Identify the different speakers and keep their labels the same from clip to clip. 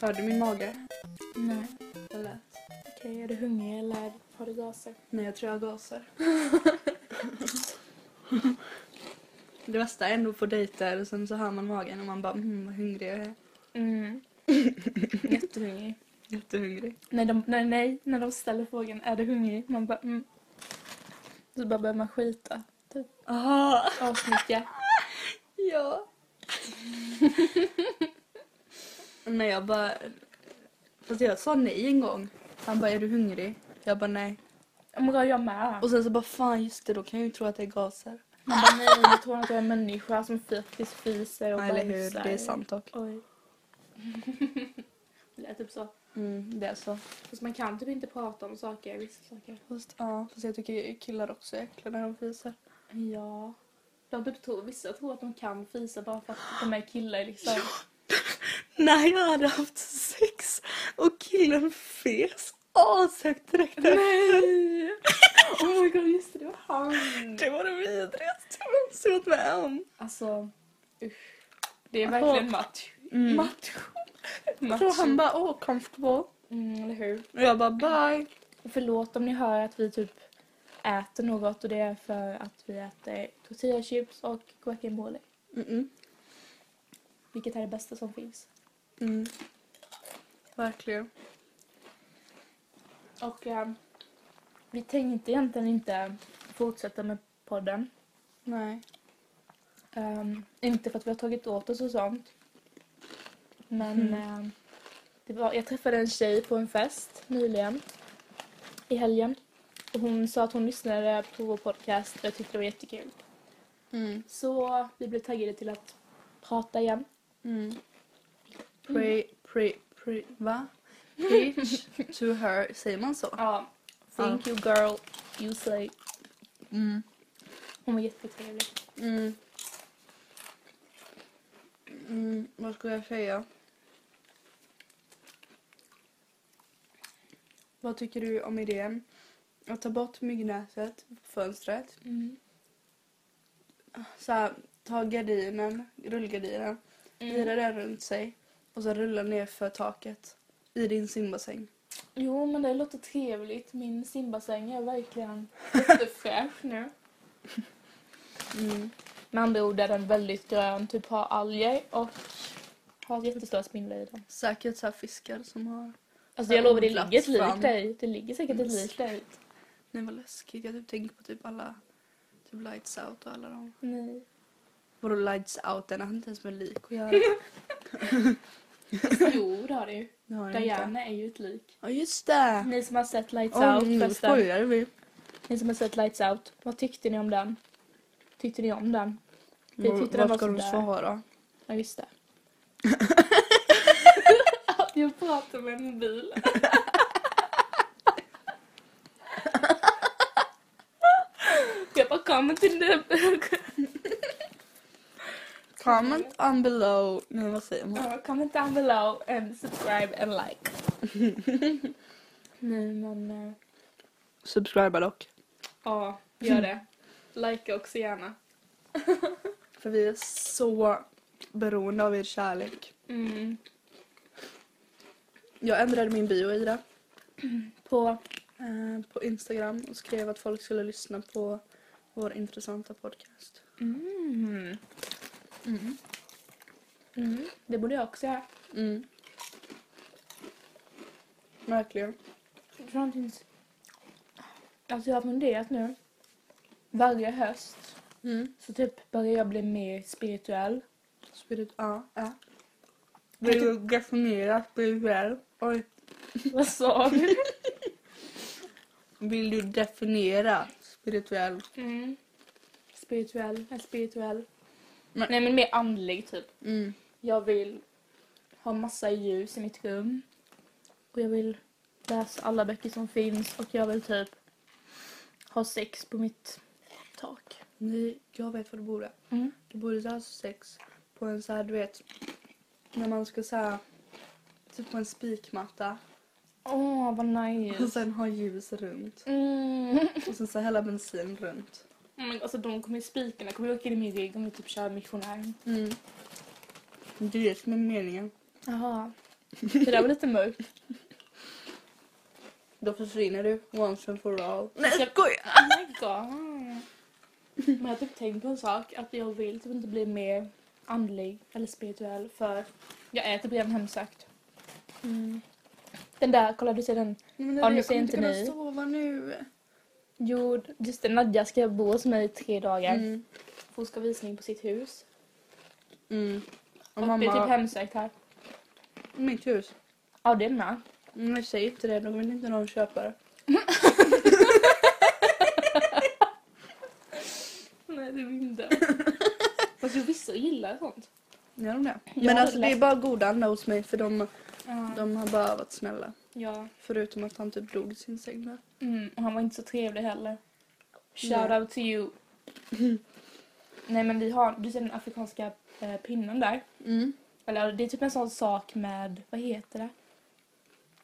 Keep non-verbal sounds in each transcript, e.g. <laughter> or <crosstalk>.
Speaker 1: Hör du min mage?
Speaker 2: Nej.
Speaker 1: Jag lät.
Speaker 2: Okej, är du hungrig eller har du gaser?
Speaker 1: Nej, jag tror jag <laughs> gasar. det värsta är ändå på dejter och sen så hör man magen och man bara mm, vad hungrig jag <laughs> är.
Speaker 2: Mm. Jättehungrig.
Speaker 1: Jättehungrig.
Speaker 2: När de, nej, nej, när de ställer frågan är du hungrig? Man bara mm. Så bara börjar man skita.
Speaker 1: Aha!
Speaker 2: Asmycket.
Speaker 1: <laughs> Ja. nej, jag bara... Fast jag sa nej en gång. Han bara, är du hungrig? Jag bara, nej.
Speaker 2: Ja, Men då är jag med.
Speaker 1: Och sen så bara, fan just det, då kan jag ju tro att det är gaser.
Speaker 2: Man bara nej, jag tror att jag är en människa som faktiskt fiser och
Speaker 1: Nej, eller hur,
Speaker 2: bajsar.
Speaker 1: det är sant dock.
Speaker 2: Oj. <laughs> det är typ så.
Speaker 1: Mm, det är så.
Speaker 2: Fast man kan typ inte prata om saker, vissa saker.
Speaker 1: Fast, ja, fast jag tycker killar också är äckliga när de fiser.
Speaker 2: Ja. De typ tror, vissa tror att de kan fisa bara för att de är killar liksom.
Speaker 1: När jag hade haft sex och killen fes ashögt direkt
Speaker 2: Nej! <laughs> Oh my god, just det, det var han.
Speaker 1: Det var det vidrigaste jag någonsin varit med om.
Speaker 2: Alltså, usch. Alltså, Det är verkligen match.
Speaker 1: Mm.
Speaker 2: Match. match.
Speaker 1: Så han bara, åh, comfortable.
Speaker 2: Mm, eller hur?
Speaker 1: Och jag bara, bye.
Speaker 2: Förlåt om ni hör att vi typ äter något och det är för att vi äter tortillachips och guacamole.
Speaker 1: Mm-mm.
Speaker 2: Vilket är det bästa som finns.
Speaker 1: Mm. Verkligen.
Speaker 2: Och eh, vi tänkte egentligen inte fortsätta med podden.
Speaker 1: Nej.
Speaker 2: Ehm, inte för att vi har tagit åt oss och sånt. Men
Speaker 1: Mm.
Speaker 2: ehm, det var, jag träffade en tjej på en fest nyligen. I helgen. Och hon sa att hon lyssnade på vår podcast och jag tyckte det var jättekul.
Speaker 1: Mm.
Speaker 2: Så vi blev taggade till att prata igen.
Speaker 1: Mm. Pray, pray, pray. <laughs> Va? Preach to her. Säger man så?
Speaker 2: Ja. Thank you girl. You say.
Speaker 1: Mm.
Speaker 2: Hon var jättetrevlig.
Speaker 1: Mm. Mm, vad ska jag säga? Vad tycker du om idén? Att ta bort myggnätet på fönstret.
Speaker 2: Mm.
Speaker 1: Så här, ta gardinen, rullgardinen,
Speaker 2: Mm.
Speaker 1: vira den runt sig och så rulla ner för taket i din simbassäng.
Speaker 2: Jo men det låter trevligt. Min simbassäng är <laughs> verkligen jättefräsch nu.
Speaker 1: Mm.
Speaker 2: Med andra ord är den väldigt grön, typ har alger och har jättestora spindlar i den.
Speaker 1: Säkert så här fiskar som har...
Speaker 2: Alltså jag lovar, det ligger
Speaker 1: Odlats
Speaker 2: ett lik
Speaker 1: fram.
Speaker 2: där i. Det ligger säkert ett
Speaker 1: Mm.
Speaker 2: lik där i.
Speaker 1: Nej vad läskigt, jag typ tänker på typ alla typ lights out och alla de.
Speaker 2: Nej.
Speaker 1: Vadå lights out? Den har inte ens med lik att göra.
Speaker 2: Jo, det har det ju.
Speaker 1: Det har den inte.
Speaker 2: Diana är ju ett lik.
Speaker 1: Ja just det!
Speaker 2: Ni som har sett Lights
Speaker 1: Åh,
Speaker 2: Out
Speaker 1: nu
Speaker 2: förresten.
Speaker 1: spojade vi.
Speaker 2: Ni som har sett Lights Out, vad tyckte ni om den? Tyckte ni om den? Vi
Speaker 1: Vad-
Speaker 2: tyckte den var
Speaker 1: Vad ska de
Speaker 2: sådär. <laughs>
Speaker 1: svara?
Speaker 2: Ja, just det. jag pratar med en bil. <laughs> jag bara kommer till den.
Speaker 1: Comment on below. Nej vad säger man?
Speaker 2: Uh, comment down below and subscribe and like. <laughs> Nej men eh,
Speaker 1: Subscriba dock.
Speaker 2: ja, gör det. Like också gärna.
Speaker 1: För vi är så beroende av er kärlek.
Speaker 2: Mm.
Speaker 1: Jag ändrade min bio i
Speaker 2: <clears throat>
Speaker 1: det.
Speaker 2: På
Speaker 1: eh, På Instagram och skrev att folk skulle lyssna på vår intressanta podcast.
Speaker 2: mm.
Speaker 1: Mm.
Speaker 2: Mm. Det borde jag också göra.
Speaker 1: Mm. Verkligen.
Speaker 2: För någonting... Alltså jag har funderat nu. Varje höst
Speaker 1: Mm.
Speaker 2: så typ börjar jag bli mer spirituell.
Speaker 1: Spirit, ja. ja. Vill du definiera spirituell? Oj.
Speaker 2: <laughs> Vad sa du?
Speaker 1: Vill du definiera spirituell?
Speaker 2: Mm. Spirituell, är spirituell.
Speaker 1: Men-
Speaker 2: Nej men mer andlig typ.
Speaker 1: Mm.
Speaker 2: Jag vill ha massa ljus i mitt rum. Och jag vill läsa alla böcker som finns och jag vill typ ha sex på mitt tak.
Speaker 1: Nej, jag vet vad du borde.
Speaker 2: Mm.
Speaker 1: Du borde ta sex på en så här, du vet, när man ska så här, typ på en spikmatta
Speaker 2: Åh, vad
Speaker 1: och
Speaker 2: nice.
Speaker 1: sen ha ljus runt
Speaker 2: Mm.
Speaker 1: och sen så hälla bensin runt.
Speaker 2: Men alltså de kommer spikarna kommer åka in i min rygg om vi typ kör missionär.
Speaker 1: Mm. Det är det som är meningen.
Speaker 2: Jaha. Det där var lite mörkt.
Speaker 1: Då försvinner du once and for all.
Speaker 2: Nej,
Speaker 1: skoja!
Speaker 2: Oh my god. Men jag har typ tänkt på en sak. Att jag vill typ inte bli mer andlig eller spirituell. För jag är typ redan hemsökt.
Speaker 1: Mm.
Speaker 2: Den där, kolla du ser den.
Speaker 1: Men
Speaker 2: Ja, nu
Speaker 1: jag
Speaker 2: ser
Speaker 1: kommer inte
Speaker 2: inte
Speaker 1: kunna
Speaker 2: ni.
Speaker 1: sova nu.
Speaker 2: Jo, just det. Nadja ska bo hos mig i tre dagar.
Speaker 1: Mm.
Speaker 2: För Hon ska ha visning på sitt hus.
Speaker 1: Mm. Och
Speaker 2: Och det är typ
Speaker 1: mamma, Mm,
Speaker 2: hemsökt här.
Speaker 1: mitt hus.
Speaker 2: Ja, det är med.
Speaker 1: Mm, jag säger inte det, då vill inte någon köpa det.
Speaker 2: Nej, det är inte. <laughs> Fast jag visste gillar sånt.
Speaker 1: Gör de det?
Speaker 2: Jag
Speaker 1: Men
Speaker 2: har
Speaker 1: alltså, det är
Speaker 2: läst-
Speaker 1: bara goda andra hos mig för de,
Speaker 2: Ja.
Speaker 1: de har bara varit snälla.
Speaker 2: ja.
Speaker 1: Förutom att han typ dog i sin säng där.
Speaker 2: Mm, och han var inte så trevlig heller. Shout
Speaker 1: Nej.
Speaker 2: out to you. <laughs> Nej men vi har, du ser den afrikanska eh, pinnen där.
Speaker 1: Mm.
Speaker 2: Eller det är typ en sån sak med, vad heter det?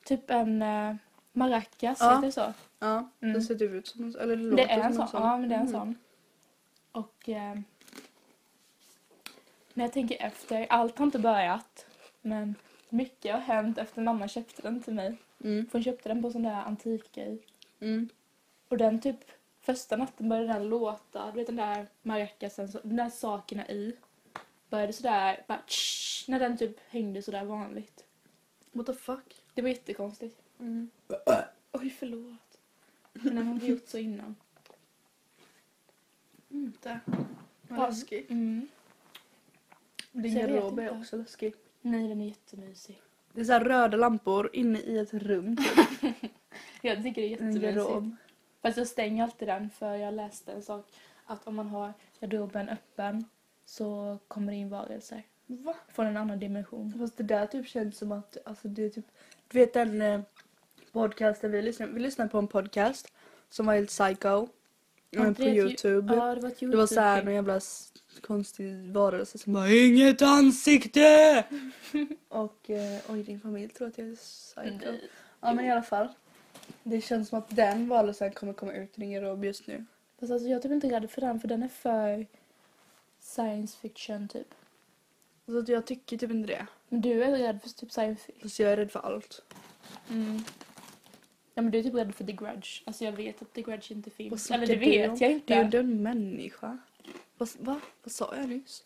Speaker 2: Typ en eh, maracas,
Speaker 1: Ja.
Speaker 2: heter det så?
Speaker 1: Ja,
Speaker 2: Mm.
Speaker 1: det ser typ ut som en eller
Speaker 2: det
Speaker 1: låter
Speaker 2: är en
Speaker 1: som
Speaker 2: sån. Ja men det är en
Speaker 1: Mm.
Speaker 2: sån. Och eh, när jag tänker efter, allt har inte börjat. Men mycket har hänt efter mamma köpte den till mig.
Speaker 1: Mm.
Speaker 2: För hon köpte den på sån där antikgrej.
Speaker 1: Mm.
Speaker 2: Och den typ första natten började den låta, du vet den där maracasen, så- den där sakerna i. Började sådär, bara tsch, när den typ hängde sådär vanligt.
Speaker 1: What the fuck?
Speaker 2: Det var jättekonstigt.
Speaker 1: Mm.
Speaker 2: Oj, förlåt. Men den hade gjort så innan.
Speaker 1: Inte. Vad
Speaker 2: Ja.
Speaker 1: läskig.
Speaker 2: Mm.
Speaker 1: Din
Speaker 2: Så jag vet
Speaker 1: garderob är
Speaker 2: inte.
Speaker 1: också läskig.
Speaker 2: Nej, den är jättemysig.
Speaker 1: Det är så här röda lampor inne i ett rum.
Speaker 2: Jag tycker det är
Speaker 1: En
Speaker 2: jättemysigt.
Speaker 1: garderob.
Speaker 2: Fast jag stänger alltid den för jag läste en sak att om man har garderoben öppen så kommer det in varelser
Speaker 1: Va?
Speaker 2: från en annan dimension.
Speaker 1: Fast det där typ känns som att, alltså det är typ, du vet den eh, podcasten vi lyssnade vi lyssnade på en podcast som var helt psycho.
Speaker 2: Ja,
Speaker 1: eh,
Speaker 2: det
Speaker 1: på
Speaker 2: är ett ju-
Speaker 1: Youtube.
Speaker 2: Ja, det var ett
Speaker 1: Det var så här
Speaker 2: Youtube-klipp.
Speaker 1: någon jävla s- konstig varelse som bara inget
Speaker 2: <laughs>
Speaker 1: ansikte! och eh, oj din familj tror att jag är psycho.
Speaker 2: Nej.
Speaker 1: Ja men i alla fall. Det känns som att den varelsen kommer komma ut ur din garderob just nu.
Speaker 2: Fast alltså, jag är typ inte rädd för den för den är för science fiction typ.
Speaker 1: Så
Speaker 2: Alltså,
Speaker 1: att jag tycker typ inte det.
Speaker 2: Men du är rädd för typ science fiction.
Speaker 1: Fast jag är rädd för allt.
Speaker 2: Mm. Ja men du är typ rädd för The Grudge. Alltså jag vet att The Grudge inte
Speaker 1: Vad
Speaker 2: finns.
Speaker 1: snackar
Speaker 2: Eller det
Speaker 1: du om?
Speaker 2: vet jag
Speaker 1: Du är ju
Speaker 2: inte.
Speaker 1: inte en människa. Vad, va? Vad sa jag nyss?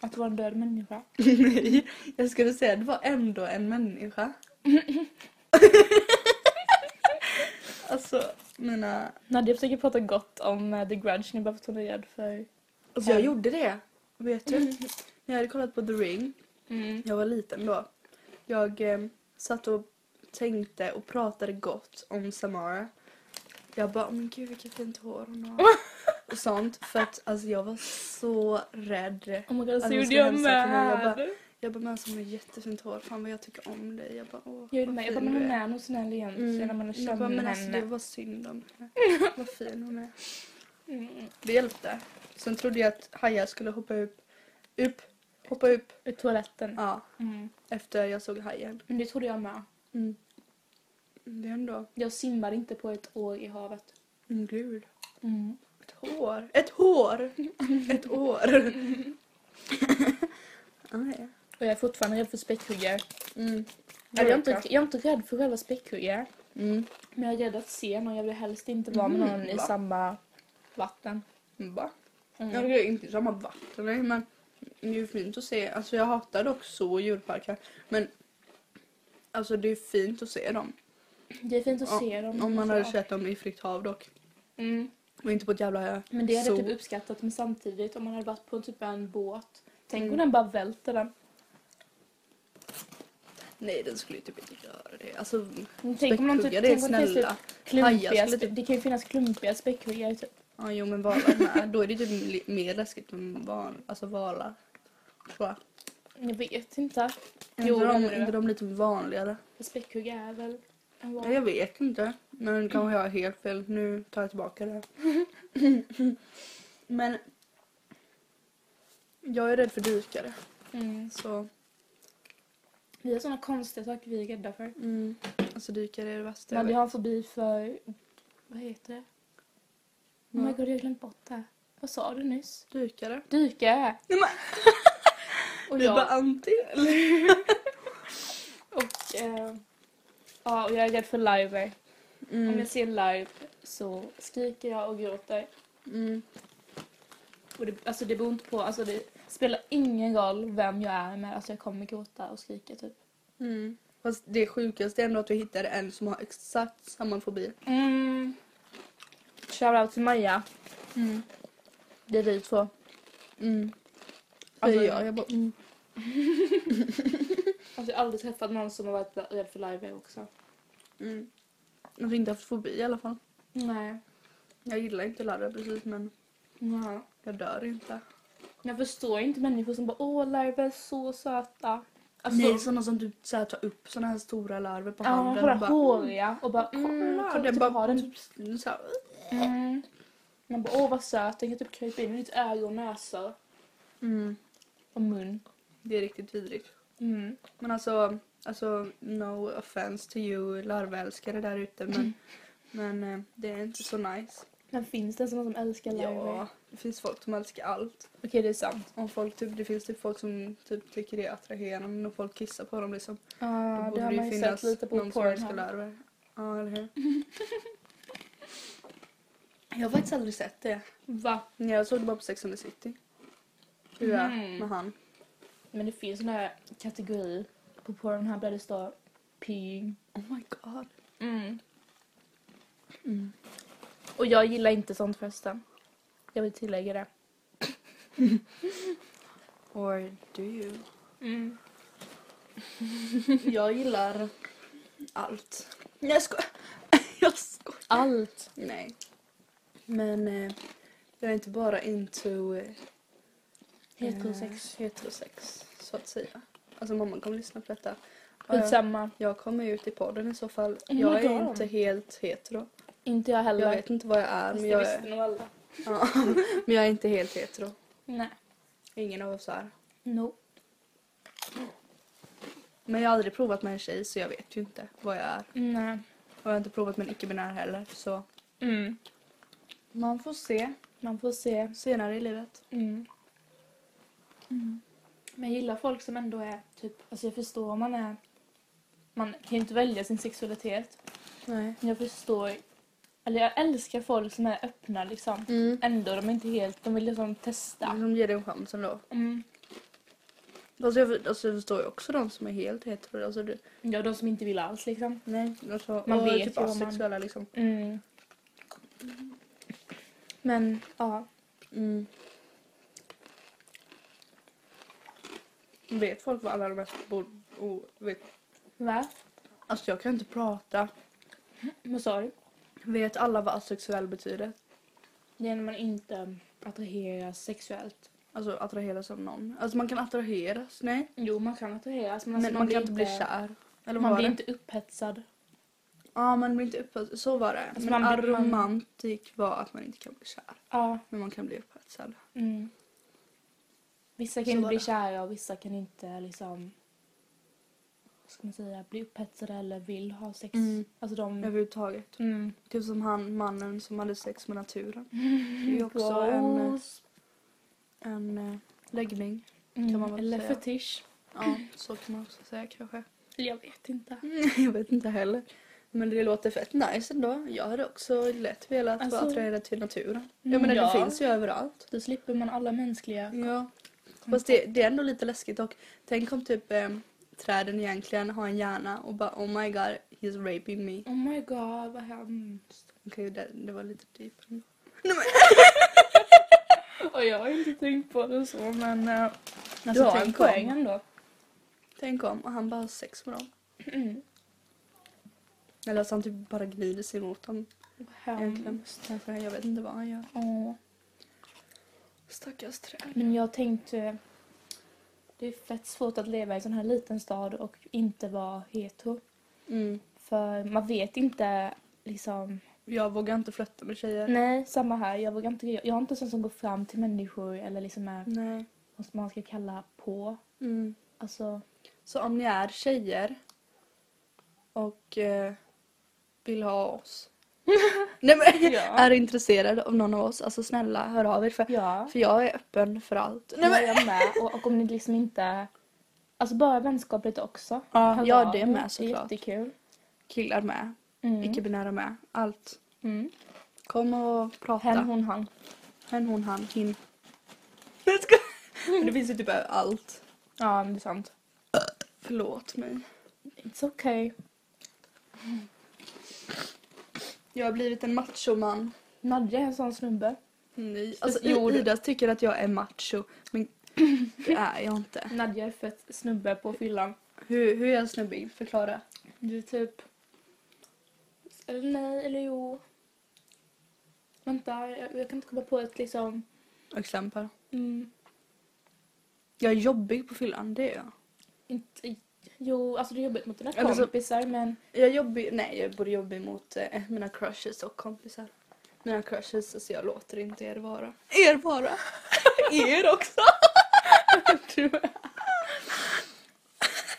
Speaker 2: Att vara en död människa.
Speaker 1: <laughs> Nej, jag skulle säga att det var ändå en <laughs> människa. alltså, mina...
Speaker 2: Nadja försöker prata gott om eh, The Grudge nu bara för att hon är rädd för...
Speaker 1: Alltså jag
Speaker 2: Mm.
Speaker 1: gjorde det. Vet du? När <laughs> jag hade kollat på The Ring,
Speaker 2: Mm.
Speaker 1: jag var liten då. Jag eh, satt och tänkte och pratade gott om Samara. Jag bara, "Åh, men gud vilket fint hår hon <laughs> har. och sånt. För att alltså jag var så rädd.
Speaker 2: Oh my god, så
Speaker 1: Alltså,
Speaker 2: gjorde
Speaker 1: ska
Speaker 2: jag
Speaker 1: hälsa
Speaker 2: med!
Speaker 1: till mig. Jag bara-
Speaker 2: Jag,
Speaker 1: Jag bara, men alltså hon har jättefint hår. Fan vad jag tycker om dig. Jag bara, åh.
Speaker 2: gjorde
Speaker 1: vad
Speaker 2: med. Jag bara,
Speaker 1: fin
Speaker 2: men
Speaker 1: du
Speaker 2: hon
Speaker 1: är."
Speaker 2: är nog snäll egentligen när man
Speaker 1: Mm. Jag bara,
Speaker 2: känner
Speaker 1: men alltså det
Speaker 2: henne.
Speaker 1: var synd om henne.
Speaker 2: <laughs>
Speaker 1: Vad fin hon är.
Speaker 2: Mm.
Speaker 1: Det hjälpte. Sen trodde jag att hajar skulle hoppa upp. Upp. Hoppa upp.
Speaker 2: Ur toaletten.
Speaker 1: Ja.
Speaker 2: Mm.
Speaker 1: Efter jag såg hajen.
Speaker 2: Men det trodde jag med.
Speaker 1: Mm. Det är ändå.
Speaker 2: Jag simmar inte på ett år i havet.
Speaker 1: Mm, gud.
Speaker 2: Mm.
Speaker 1: Ett hår. Ett
Speaker 2: <laughs>
Speaker 1: hår! Ett år. ah, ja.
Speaker 2: Och jag är fortfarande rädd för späckhuggare.
Speaker 1: mm.
Speaker 2: Eller Jag är, inte, jag är inte rädd för själva späckhuggare.
Speaker 1: Mm.
Speaker 2: Men jag är rädd att se någon. Jag vill helst inte vara med någon i
Speaker 1: va?
Speaker 2: samma vatten.
Speaker 1: Va? Jag
Speaker 2: Mm.
Speaker 1: tycker inte i samma vatten nej, men det är ju fint att se. Alltså jag hatar dock så djurparker. Men alltså det är fint att se dem.
Speaker 2: Det är fint att
Speaker 1: Ja,
Speaker 2: se dem.
Speaker 1: Om man
Speaker 2: så.
Speaker 1: hade sett dem i fritt hav dock.
Speaker 2: Mm.
Speaker 1: Och inte på ett jävla
Speaker 2: Men det hade
Speaker 1: zoo.
Speaker 2: jag typ uppskattat. Men samtidigt om man hade varit på typ en båt. Tänk om
Speaker 1: Mm.
Speaker 2: den bara välter den.
Speaker 1: Nej den skulle ju typ inte göra det. Alltså
Speaker 2: Men Tänk om någon typ,
Speaker 1: späckhuggare är
Speaker 2: tänk om det finns typ
Speaker 1: snälla.
Speaker 2: klumpiga
Speaker 1: Hajar skulle
Speaker 2: spe- Det kan ju finnas klumpiga späckhuggare typ.
Speaker 1: Ja jo men valar med. Då är det typ li- mer läskigt än val, alltså valar. Tror jag.
Speaker 2: Jag vet inte.
Speaker 1: Är
Speaker 2: Jo,
Speaker 1: inte de,
Speaker 2: det är det.
Speaker 1: inte de lite vanligare?
Speaker 2: Späckhuggare är väl en
Speaker 1: Ja, jag vet inte. Men kanske jag har helt fel. Nu tar jag tillbaka
Speaker 2: <laughs>
Speaker 1: det. men jag är rädd för dykare.
Speaker 2: Mm.
Speaker 1: Så,
Speaker 2: Vi har såna konstiga saker vi är rädda för.
Speaker 1: mm. Alltså dykare är det värsta
Speaker 2: Men jag
Speaker 1: vet.
Speaker 2: har en fobi för... Vad heter det? Oh my
Speaker 1: Ja.
Speaker 2: god, jag har glömt bort det. Vad sa du nyss?
Speaker 1: Dykare? Typ
Speaker 2: Dykare!
Speaker 1: Nej, men-
Speaker 2: <laughs> Och
Speaker 1: Vi är bara
Speaker 2: jag,
Speaker 1: anti eller?
Speaker 2: eh, ja, och jag är rädd för larver. Om
Speaker 1: Mm.
Speaker 2: jag ser en larv så skriker jag och gråter.
Speaker 1: Mm.
Speaker 2: Och det, alltså det beror inte på, alltså det spelar ingen roll vem jag är med. Alltså jag kommer gråta och skrika typ.
Speaker 1: Mm. Fast det sjukaste är ändå att du hittade en som har exakt samma fobi.
Speaker 2: Mm. Shoutout till Maja.
Speaker 1: Mm.
Speaker 2: Det är vi två.
Speaker 1: Mm.
Speaker 2: Alltså-
Speaker 1: Alltså, jag, jag bara, mm.
Speaker 2: Alltså jag har aldrig träffat någon som har varit rädd för larver också.
Speaker 1: Mm. Jag har inte haft fobi i alla fall.
Speaker 2: Nej.
Speaker 1: Jag gillar inte larver precis men
Speaker 2: Nej.
Speaker 1: jag dör inte.
Speaker 2: Jag förstår inte människor som bara åh larver är så söta. Alltså,
Speaker 1: Nej, sådana som du så här, tar upp sådana här stora larver på
Speaker 2: Ja,
Speaker 1: handen
Speaker 2: bara
Speaker 1: och bara...
Speaker 2: håriga och bara
Speaker 1: Mm,
Speaker 2: kolla.
Speaker 1: och den
Speaker 2: typ
Speaker 1: bara
Speaker 2: har
Speaker 1: har
Speaker 2: den.
Speaker 1: typ så här,
Speaker 2: Mm. Man bara åh vad söt, den kan typ krypa in i ditt öga och näsa
Speaker 1: mm,
Speaker 2: och mun.
Speaker 1: Det är riktigt vidrigt.
Speaker 2: Mm.
Speaker 1: Men alltså, alltså no offense to you larvälskare där ute men, men eh, det är inte så nice.
Speaker 2: Men finns det sådana som älskar larver?
Speaker 1: Ja, det finns folk som älskar allt.
Speaker 2: Okej det är sant.
Speaker 1: Om folk, typ, det finns typ folk som typ, tycker det är attraherande och folk kissar på dem liksom. Då
Speaker 2: Uh, det
Speaker 1: borde
Speaker 2: har
Speaker 1: ju
Speaker 2: man ju
Speaker 1: finnas
Speaker 2: sett lite på
Speaker 1: någon som älskar
Speaker 2: Pornhub.
Speaker 1: larver. Ja, eller hur? <laughs> jag har faktiskt aldrig sett det.
Speaker 2: Va?
Speaker 1: Nej, Jag såg det bara på Sex and the City. Hur det
Speaker 2: Mhm.
Speaker 1: är med han.
Speaker 2: Men det finns såna här kategorier på Pornhub där det står peeing.
Speaker 1: Oh my god.
Speaker 2: Mm.
Speaker 1: Mm.
Speaker 2: Och jag gillar inte sånt förresten. Jag vill tillägga det.
Speaker 1: Or do you?
Speaker 2: Mm.
Speaker 1: <laughs> Jag gillar allt. Nej, Jag skojar. Jag skojar.
Speaker 2: Allt.
Speaker 1: Nej. Men eh, jag är inte bara into eh,
Speaker 2: Heterosex.
Speaker 1: eh, heterosex, så att säga. Alltså mamma kommer lyssna på detta. Ja, ja.
Speaker 2: Skitsamma.
Speaker 1: Jag kommer ut i podden i så fall.
Speaker 2: my
Speaker 1: jag är
Speaker 2: God.
Speaker 1: inte helt hetero.
Speaker 2: Inte jag heller.
Speaker 1: Jag vet inte vad jag är,
Speaker 2: Fast
Speaker 1: men
Speaker 2: det
Speaker 1: jag
Speaker 2: visste
Speaker 1: är,
Speaker 2: nog alla.
Speaker 1: <laughs> ja, men jag är inte helt hetero.
Speaker 2: Nej.
Speaker 1: Ingen av oss är.
Speaker 2: No.
Speaker 1: Men jag har aldrig provat med en tjej så jag vet ju inte vad jag är.
Speaker 2: Nej.
Speaker 1: Och jag har inte provat med en icke-binär heller så
Speaker 2: Mm.
Speaker 1: man får se
Speaker 2: Man får se.
Speaker 1: senare i livet.
Speaker 2: Mm. Men jag gillar folk som ändå är typ, alltså jag förstår om man är, man kan ju inte välja sin sexualitet.
Speaker 1: Nej.
Speaker 2: Men jag förstår, eller jag älskar folk som är öppna liksom.
Speaker 1: Mm.
Speaker 2: Ändå, de är inte helt, de vill liksom testa.
Speaker 1: Som ger det en chans ändå.
Speaker 2: Mm.
Speaker 1: Alltså jag, för- alltså jag förstår ju också de som är helt hetero. Alltså du,
Speaker 2: Ja, de som inte vill alls liksom.
Speaker 1: nej, alltså,
Speaker 2: Man
Speaker 1: och
Speaker 2: vet ju
Speaker 1: typ
Speaker 2: vad man-
Speaker 1: asexuella liksom.
Speaker 2: Mm. Men, ja.
Speaker 1: Mm. Vet folk vad alla de här bor... Och vet.
Speaker 2: Va?
Speaker 1: Alltså jag kan inte prata.
Speaker 2: Vad sa du?
Speaker 1: Vet alla vad asexuell betyder?
Speaker 2: Det är när man inte um, attraheras sexuellt.
Speaker 1: Alltså attraheras av någon. Alltså man kan attraheras, nej.
Speaker 2: Jo, man kan attraheras men,
Speaker 1: Men Alltså,
Speaker 2: alltså,
Speaker 1: man kan
Speaker 2: blir
Speaker 1: inte bli kär. Eller
Speaker 2: Man
Speaker 1: vad
Speaker 2: blir
Speaker 1: var det?
Speaker 2: inte upphetsad.
Speaker 1: Ja, man blir inte upphetsad. Så var det.
Speaker 2: Alltså,
Speaker 1: men
Speaker 2: man blir- man-
Speaker 1: aromantik var att man inte kan bli kär.
Speaker 2: Ja.
Speaker 1: Men man kan bli upphetsad.
Speaker 2: Mm. Vissa
Speaker 1: Så
Speaker 2: kan inte
Speaker 1: var
Speaker 2: bli
Speaker 1: det.
Speaker 2: kära och vissa kan inte liksom vad ska man säga, bli upphetsade eller vill ha sex.
Speaker 1: Mm.
Speaker 2: Alltså de...
Speaker 1: Överhuvudtaget.
Speaker 2: Mm.
Speaker 1: Typ som han, mannen som hade sex med naturen. Det är ju också en, eh,
Speaker 2: Gross.
Speaker 1: en eh, läggning.
Speaker 2: Mm.
Speaker 1: kan man väl
Speaker 2: Eller
Speaker 1: säga.
Speaker 2: fetisch.
Speaker 1: Ja, så kan man också säga kanske.
Speaker 2: Jag vet inte.
Speaker 1: <laughs> Jag vet inte heller. Men det låter fett nice ändå. Jag hade också lätt velat
Speaker 2: Alltså-
Speaker 1: vara attraherad till naturen.
Speaker 2: Mm,
Speaker 1: Jag menar
Speaker 2: ja.
Speaker 1: det finns ju överallt.
Speaker 2: Då slipper man alla mänskliga...
Speaker 1: Ja. Fast det, det är ändå lite läskigt och tänk om typ eh, träden egentligen har en hjärna och bara oh my god he's raping me.
Speaker 2: Oh my god, vad hemskt.
Speaker 1: Okej det, det var lite deep. ändå.
Speaker 2: Och jag har inte tänkt på det så men... eh,
Speaker 1: Alltså,
Speaker 2: du har en
Speaker 1: tänk om.
Speaker 2: poäng ändå.
Speaker 1: Tänk om och han bara har sex med dem. <clears throat>
Speaker 2: Mm.
Speaker 1: Eller att han typ bara glider sig mot dem
Speaker 2: Vad
Speaker 1: egentligen.
Speaker 2: hemskt.
Speaker 1: Därför jag vet inte vad han gör.
Speaker 2: Åh.
Speaker 1: Stackars träd.
Speaker 2: Men jag tänkte... Det är fett svårt att leva i en sån här liten stad och inte vara hetero.
Speaker 1: Mm.
Speaker 2: För man vet inte liksom...
Speaker 1: Jag vågar inte flirta med tjejer.
Speaker 2: Nej, samma här. Jag vågar inte... Jag är inte sån som går fram till människor eller liksom är...
Speaker 1: Nej.
Speaker 2: Vad man ska kalla på.
Speaker 1: Mm.
Speaker 2: Alltså...
Speaker 1: Så om ni är tjejer och eh, vill ha <laughs> oss. Nej men
Speaker 2: Ja.
Speaker 1: är intresserade av någon av oss, alltså snälla hör av er för,
Speaker 2: Ja.
Speaker 1: för jag är öppen för allt.
Speaker 2: Nej, men... Jag är med. Och, och om ni liksom inte Alltså bara vänskapligt också.
Speaker 1: Ja,
Speaker 2: Hallå,
Speaker 1: ja det med såklart.
Speaker 2: Jättekul.
Speaker 1: Killar med,
Speaker 2: Mm.
Speaker 1: icke-binära med, allt.
Speaker 2: Mm.
Speaker 1: Kom och prata.
Speaker 2: Hen, hon, han.
Speaker 1: Hen, hon, han, hin. Jag skojar. Men det finns ju typ allt.
Speaker 2: Ja, men det är sant.
Speaker 1: Förlåt mig.
Speaker 2: It's okay.
Speaker 1: Jag har blivit en machoman.
Speaker 2: Nadja är en sån snubbe.
Speaker 1: Nej. Alltså,
Speaker 2: Jo, du-
Speaker 1: Ida tycker att jag är macho, men det är jag inte.
Speaker 2: Nadja är fett snubbe på fyllan.
Speaker 1: Hur, hur är jag snubbig? Förklara.
Speaker 2: Du är typ... Eller nej, eller jo. Vänta, jag, jag kan inte komma på ett liksom...
Speaker 1: Exempel.
Speaker 2: Mm,
Speaker 1: Jag är jobbig på fyllan, det är jag.
Speaker 2: inte, jo, alltså det är jobbigt mot dina
Speaker 1: Eller så-
Speaker 2: kompisar men...
Speaker 1: Jag är jobbig, nej jag borde jobba mot eh, mina crushes och kompisar. Mina crushes, alltså jag låter inte er vara. Er vara? <laughs> er <laughs> också?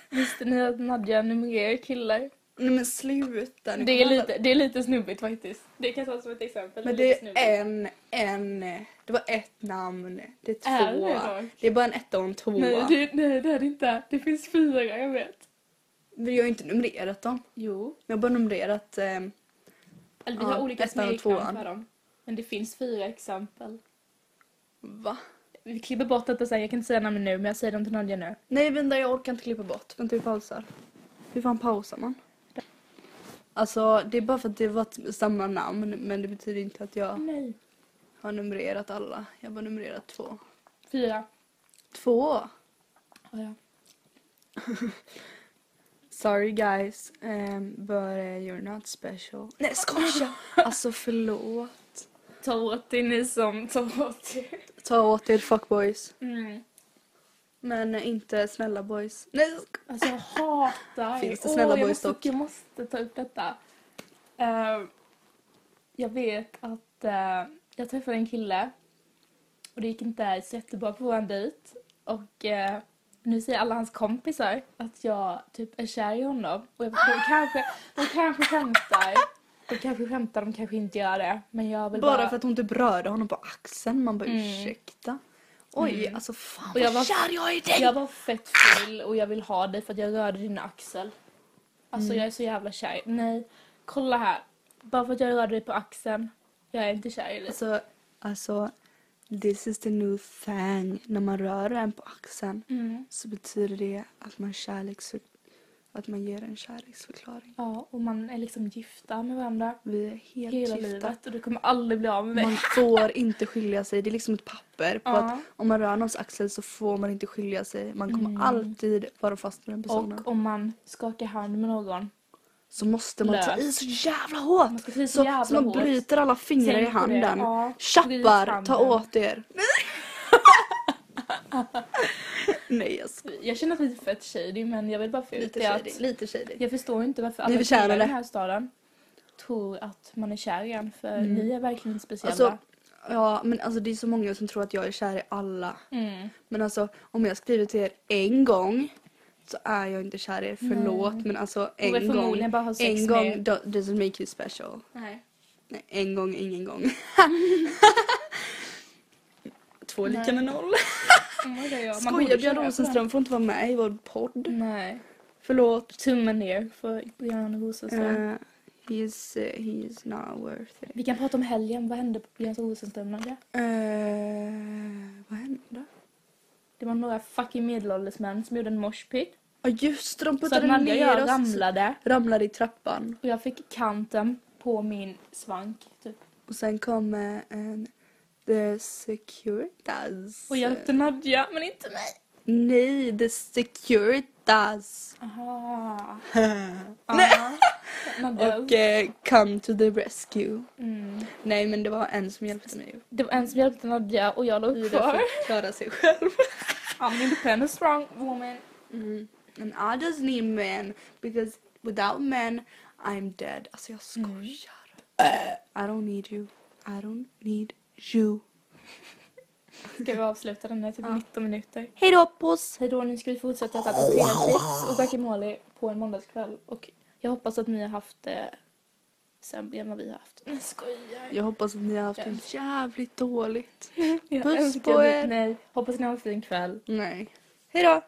Speaker 2: Visste ni att Nadja numrerar killar?
Speaker 1: Nej men sluta. nu
Speaker 2: Det är,
Speaker 1: kommer alla-
Speaker 2: lite, det är lite snubbigt faktiskt. Det kan jag ta som ett exempel.
Speaker 1: Men
Speaker 2: är lite
Speaker 1: det
Speaker 2: snubbigt.
Speaker 1: är en, en, det var ett namn, det är
Speaker 2: Är
Speaker 1: två.
Speaker 2: det dock?
Speaker 1: det är bara en etta och en tvåa.
Speaker 2: Nej, det, nej, det är det inte. Det finns fyra, jag vet.
Speaker 1: Men jag har ju inte numrerat dem.
Speaker 2: Jo.
Speaker 1: Jag har bara numrerat eh,
Speaker 2: Eller vi
Speaker 1: Ja,
Speaker 2: har olika
Speaker 1: ettan och
Speaker 2: smeknamn
Speaker 1: tvåan.
Speaker 2: för dem. Men det finns fyra exempel.
Speaker 1: Va?
Speaker 2: Vi klipper bort detta sen, jag kan inte säga namn nu men jag säger dem till Nadja nu.
Speaker 1: Nej vänta jag orkar inte klippa bort. Vänta vi pausar. Hur fan pausar man? Alltså det är bara för att det var t- samma namn men det betyder inte att jag
Speaker 2: Nej.
Speaker 1: har numrerat alla. Jag har bara numrerat två.
Speaker 2: Fyra.
Speaker 1: Två!
Speaker 2: Ja, ja.
Speaker 1: Sorry guys um, but eh, you're not special. Nej
Speaker 2: <laughs>
Speaker 1: skoja! alltså förlåt.
Speaker 2: Ta åt dig ni som tar åt er.
Speaker 1: Ta åt er fuckboys.
Speaker 2: Mm.
Speaker 1: Men eh, inte snälla boys. Nej jag sk-
Speaker 2: Alltså jag hatar...
Speaker 1: Finns det snälla
Speaker 2: Åh, jag
Speaker 1: boys
Speaker 2: måste,
Speaker 1: dock?
Speaker 2: jag måste ta upp detta. Eh, jag vet att eh, jag träffade en kille och det gick inte så jättebra på vår dejt. Och eh, nu säger alla hans kompisar att jag typ är kär i honom. Och jag, de, kanske, de kanske skämtar. De kanske skämtar, de kanske inte gör det. Men jag vill bara...
Speaker 1: Bara för att hon typ rörde honom på axeln. Man bara
Speaker 2: Mm.
Speaker 1: ursäkta. Oj
Speaker 2: Mm.
Speaker 1: alltså fan
Speaker 2: Och jag
Speaker 1: vad
Speaker 2: var-
Speaker 1: kär jag är i dig!
Speaker 2: Jag var fett full och jag vill ha dig för att jag rörde din axel. Alltså
Speaker 1: Mm.
Speaker 2: jag är så jävla kär. Nej, kolla här. Bara för att jag rörde dig på axeln. Jag är inte kär i dig.
Speaker 1: Alltså, alltså, this is the new thing. När man rör en på axeln
Speaker 2: Mm.
Speaker 1: så betyder det att man, kärleksför, att man ger en kärleksförklaring.
Speaker 2: Ja, och man är liksom gifta med varandra.
Speaker 1: Vi är helt gifta.
Speaker 2: Hela livet och du kommer aldrig bli av med mig.
Speaker 1: Man får inte skilja sig. Det är liksom ett papper på
Speaker 2: Ja.
Speaker 1: att om man rör någons axel så får man inte skilja sig. Man kommer
Speaker 2: Mm.
Speaker 1: alltid vara fast med den personen.
Speaker 2: Och om man skakar hand med någon.
Speaker 1: så måste man ta
Speaker 2: lös.
Speaker 1: i så jävla hårt.
Speaker 2: Man ska ta i så
Speaker 1: så,
Speaker 2: jävla
Speaker 1: så man
Speaker 2: hårt.
Speaker 1: bryter alla fingrar
Speaker 2: Tänk
Speaker 1: i
Speaker 2: på det.
Speaker 1: handen.
Speaker 2: Ja, bryt
Speaker 1: Tjappar,
Speaker 2: handen.
Speaker 1: ta åt er. <laughs> Nej, jag skojar.
Speaker 2: Jag känner att vi är fett shady men jag vill bara få ut
Speaker 1: Lite
Speaker 2: det
Speaker 1: shady.
Speaker 2: att
Speaker 1: Lite shady.
Speaker 2: jag förstår inte varför
Speaker 1: Ni
Speaker 2: alla
Speaker 1: förtjänar
Speaker 2: killar i
Speaker 1: det.
Speaker 2: den här staden tror att man är kär i en för
Speaker 1: Mm.
Speaker 2: ni är verkligen inte speciella.
Speaker 1: Alltså, ja, men alltså det är så många som tror att jag är kär i alla.
Speaker 2: mm.
Speaker 1: Men alltså om jag skriver till er en gång så är jag inte kär i er. Förlåt, men alltså
Speaker 2: En
Speaker 1: en
Speaker 2: förmodligen
Speaker 1: gång.
Speaker 2: bara ha sex
Speaker 1: En gång
Speaker 2: med...
Speaker 1: do- doesn't make you special.
Speaker 2: Nej.
Speaker 1: Nej, en gång, ingen
Speaker 2: <laughs>
Speaker 1: gång. <laughs> Två lika
Speaker 2: Nej.
Speaker 1: med noll.
Speaker 2: Mm, det gör jag. Man borde
Speaker 1: Skojar Björn
Speaker 2: köra på Mm,
Speaker 1: Rosenström får inte vara med i vår
Speaker 2: den.
Speaker 1: podd.
Speaker 2: Nej.
Speaker 1: Förlåt.
Speaker 2: Tummen ner för Björn Rosenström.
Speaker 1: Uh, he, is, eh, he is not worth it.
Speaker 2: Vi kan prata om helgen. Vad hände på Björn Rosenström? Nadja?
Speaker 1: Eh, vad hände?
Speaker 2: Det var några fucking medelålders män som gjorde en moshpit.
Speaker 1: Ja just det, de
Speaker 2: Så att
Speaker 1: puttade
Speaker 2: Nadja och
Speaker 1: ner
Speaker 2: jag
Speaker 1: oss.
Speaker 2: ramlade
Speaker 1: Ramlade i trappan.
Speaker 2: och jag fick kanten på min svank. Typ.
Speaker 1: Och sen kom eh, en The Securitas.
Speaker 2: Och hjälpte Nadja, men inte mig.
Speaker 1: Nej, The
Speaker 2: <laughs>
Speaker 1: Securitas.
Speaker 2: Aha.
Speaker 1: Nej.
Speaker 2: <laughs> Aha. Nadja.
Speaker 1: Och eh, Come to the Rescue.
Speaker 2: Mm.
Speaker 1: Nej men det var en som hjälpte mig upp.
Speaker 2: Det var en som hjälpte Nadja och jag låg
Speaker 1: Ida
Speaker 2: kvar.
Speaker 1: fick klara sig själv.
Speaker 2: <laughs> I'm independent strong woman.
Speaker 1: Mm. And I just need men because without men I'm dead. Alltså jag skojar.
Speaker 2: Mm.
Speaker 1: I don't need you. I don't need you.
Speaker 2: Ska vi avsluta den här typ
Speaker 1: Ja.
Speaker 2: 19 minuter?
Speaker 1: Hej då puss!
Speaker 2: Hej då, nu ska vi fortsätta äta potatis och guacamole på en måndagskväll. Och jag hoppas att ni har haft det sämre än vad vi har haft. Jag skojar.
Speaker 1: Jag hoppas att ni har haft det jävligt dåligt. <laughs>
Speaker 2: Jag
Speaker 1: puss
Speaker 2: önskar
Speaker 1: på
Speaker 2: att-
Speaker 1: er.
Speaker 2: Nej, hoppas ni har en fin kväll.
Speaker 1: Nej. Hej då!